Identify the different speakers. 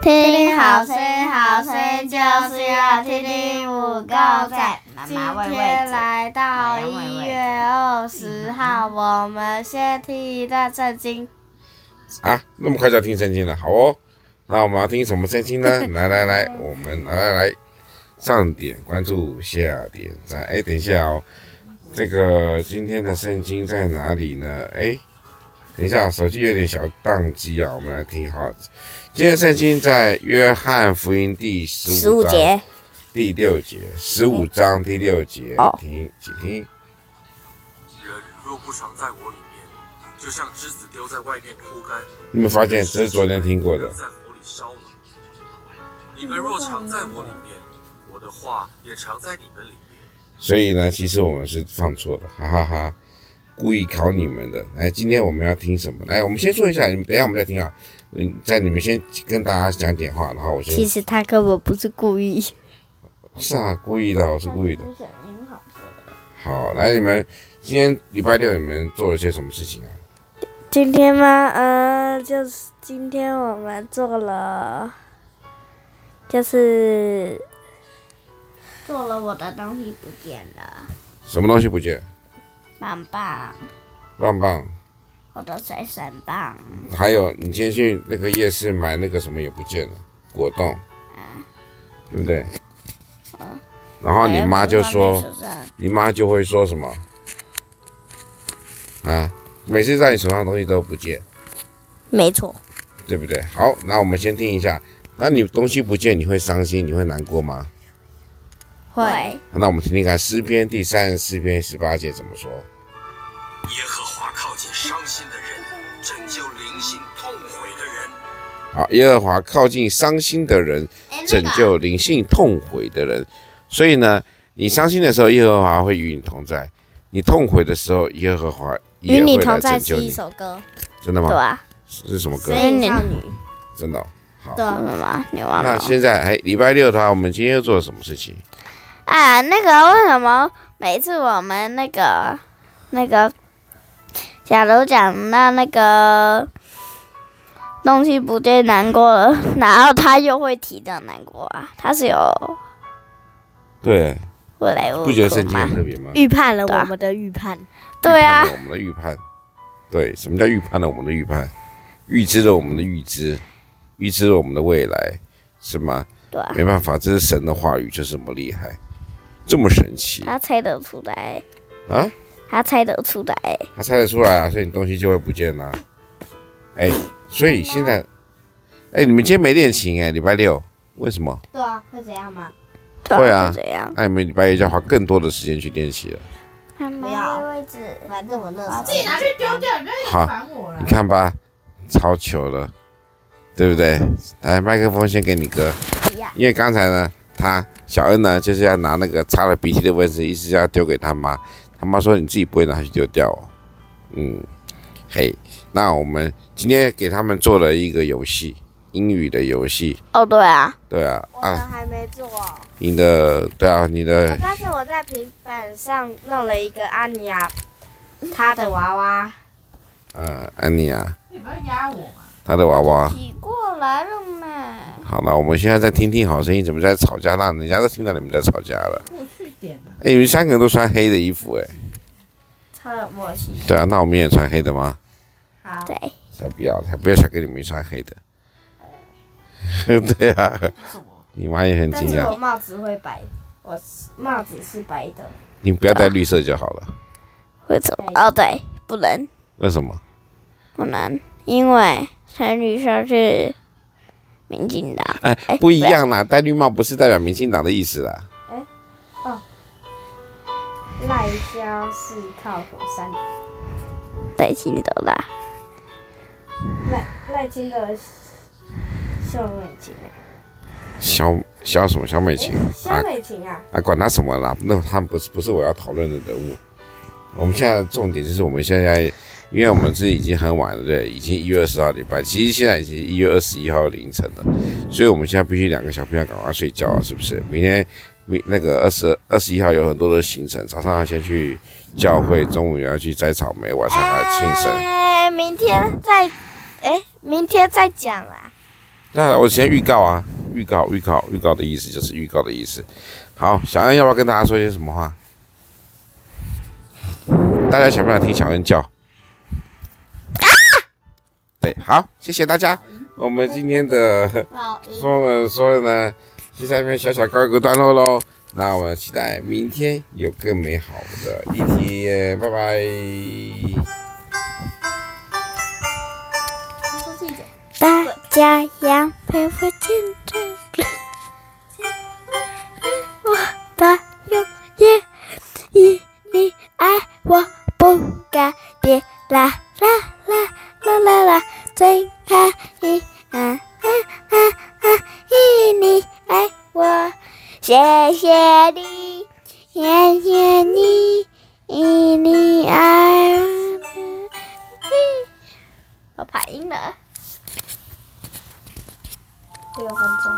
Speaker 1: 听好声好声就是要听听五够赞。
Speaker 2: 今
Speaker 1: 今
Speaker 2: 天
Speaker 1: 天
Speaker 2: 来到
Speaker 1: 妈妈喂喂
Speaker 2: 一
Speaker 1: 着
Speaker 2: 月二十号，我们先听一段圣经。
Speaker 3: 啊，那么快就要听圣经了，好哦。那我们要听什么圣经 呢？来来来，我们来来来，上点关注，下点赞。哎，等一下哦，这个今天的圣经在哪里呢？哎，等一下，手机有点小宕机啊，我们来听好。今天圣经在约翰福音第十
Speaker 1: 十
Speaker 3: 五
Speaker 1: 五
Speaker 3: 章
Speaker 1: 节，
Speaker 3: 第六节，十五章第六节
Speaker 1: 哦，
Speaker 3: 听，请听。
Speaker 4: 人若不常在我里面，就像枝子丢在外面枯干，
Speaker 3: 你们发现这是昨天听过的
Speaker 4: 扔，在火里烧了。你们若常在我里面，我的话也常在你们里面。
Speaker 3: 所以呢，其实我们是放错的，哈哈哈故意考你们的。来，今天我们要听什么？哎来，我们先说一下，你们等一下我们再听啊。嗯，在你们先跟大家讲点话，然后我
Speaker 1: 其
Speaker 3: 先
Speaker 1: 实他根本不是故意。
Speaker 3: 是啊，故意的，我是故意的。好，来，你们今天礼拜六你们做了些什么事情啊？
Speaker 2: 今天吗？呃，就是今天我们做了，就是
Speaker 1: 做了我的东西不见了，
Speaker 3: 什么东西不见？
Speaker 1: 棒棒，
Speaker 3: 棒棒，
Speaker 1: 我的水神棒，
Speaker 3: 还有你今天去那个夜市买那个什么也不见了，果冻，对不对？
Speaker 1: 嗯
Speaker 3: 然后你妈就
Speaker 1: 哎
Speaker 3: 说。你妈就会说什么啊？每次在你手上的东西都不见，
Speaker 1: 没错，
Speaker 3: 对不对？好，那我们先听一下。那你东西不见，你会伤心，你会难过吗？
Speaker 1: 会
Speaker 3: 那我们听听看诗篇第三十四篇十八节怎么说。
Speaker 4: 耶和华靠近伤心的人，拯救灵性痛悔的人。
Speaker 3: 好，耶和华靠近伤心的人，
Speaker 1: 哎啊
Speaker 3: 拯救灵性痛悔的人。所以呢，你伤心的时候，耶和华会与你同在；你痛悔的时候，耶和华也
Speaker 1: 与
Speaker 3: 会
Speaker 1: 你
Speaker 3: 来
Speaker 1: 同在
Speaker 3: 拯
Speaker 1: 是
Speaker 3: 救
Speaker 1: 一
Speaker 3: 你。
Speaker 1: 首歌，
Speaker 3: 真的
Speaker 1: 对
Speaker 3: 吗？
Speaker 2: 啊
Speaker 1: 吧？
Speaker 3: 是什么歌
Speaker 1: 所？以你
Speaker 3: 真的哦、
Speaker 1: 对吗？你忘
Speaker 3: 那
Speaker 1: 了？
Speaker 3: 现在哎，礼拜六的话，我们今天又做了什么事情？
Speaker 1: 啊，那个为什么每次我们那个那个，假如讲到那个东西不见难过了，然后他又会提到难过啊？他是有
Speaker 3: 对，
Speaker 1: 未来无
Speaker 3: 不觉得
Speaker 1: 苦
Speaker 3: 圣经
Speaker 1: 吗
Speaker 3: 很？特别吗？嗯
Speaker 5: 预判了
Speaker 1: 对啊
Speaker 5: 我们的预判，
Speaker 1: 对啊
Speaker 3: 预判了，我们的预判，对，什么叫预判了？我们的预判，预知了我们的预知，预知了我们的未来，是吗？
Speaker 1: 对啊，
Speaker 3: 没办法，这是神的话语，就是这么厉害，这么神奇
Speaker 1: 他猜得出来，
Speaker 3: 啊！
Speaker 1: 他猜得出来，
Speaker 3: 他猜得出来啊，所以你东西就会不见啦、啊哎，所以现在，哎，你们今天没练琴哎，礼拜六为什么？
Speaker 5: 对啊，会怎样吗？
Speaker 3: 会啊
Speaker 1: 就这样。
Speaker 3: 那你们礼拜一就要花更多的时间去练习了。
Speaker 1: 没
Speaker 5: 有
Speaker 1: 位置，
Speaker 5: 反正我乐死。
Speaker 3: 好，你看吧，超球了，对不对？来，麦克风先给你哥，因为刚才呢，他小恩呢就是要拿那个擦了鼻涕的卫生纸，一直要丢给他妈，他妈说你自己不会拿去丢掉哦。嗯，嘿，那我们今天给他们做了一个游戏，英语的游戏，
Speaker 1: 哦，对啊，
Speaker 3: 对啊，啊，
Speaker 5: 还没做，
Speaker 3: 你的对啊，你的
Speaker 5: 但是我在平板上弄了一个安妮亚，她的娃娃。
Speaker 3: 呃安妮啊，他的娃啊娃。
Speaker 1: 挤过来了嘛。
Speaker 3: 好了，我们现在在听听好声音，怎么在吵架？让人家都听到你们在吵架了。我去点哎，你们三个人都穿黑的衣服哎、
Speaker 5: 超有默契。
Speaker 3: 对啊，那我们也穿黑的吗？
Speaker 5: 好，
Speaker 1: 对，
Speaker 3: 才不要，才不要想跟你们穿黑的。 对啊，你妈也很
Speaker 5: 但
Speaker 3: 惊
Speaker 5: 是我
Speaker 3: 讶。
Speaker 5: 帽子会白，我是帽子是白的。
Speaker 3: 你不要戴绿色就好了。
Speaker 1: 为什么？哦，对，不能。
Speaker 3: 为什么？
Speaker 1: 不能，因为陈女士是民进党。
Speaker 3: 哎，不一样啦，戴绿帽不是代表民进党的意思啦。
Speaker 5: 赖香是靠火山，
Speaker 1: 对，请走啦。
Speaker 5: 赖赖清德秀美琴啊，
Speaker 3: 小小什么小美琴
Speaker 5: 秀
Speaker 3: 啊
Speaker 5: 美琴啊，
Speaker 3: 啊，管他什么啦，那他们不是不是我要讨论的人物。我们现在的重点就是我们现在，因为我们是已经很晚了，对，已经一月二十号礼拜，其实现在已经一月二十一号凌晨了，所以我们现在必须两个小朋友赶快睡觉啊，是不是？明天明那个二十二十一号有很多的行程，早上要先去教会，中午也要去摘草莓，晚上还要庆生。
Speaker 1: 哎，明天再，哎，明天再讲啦。
Speaker 3: 那我先预告啊，预告预告预告的意思就是预告的意思。好，小恩要不要跟大家说些什么话？大家想不想听小恩叫？对，好，谢谢大家。我们今天的说了说了呢，第三篇小小告一个段落喽。那我们期待明天有更美好的一天，拜拜。
Speaker 6: 大家要陪我见证我的永远，因你爱我不改变，啦啦啦啦啦啦，最爱你啊啊啊啊，因你爱我，谢谢你，谢谢你，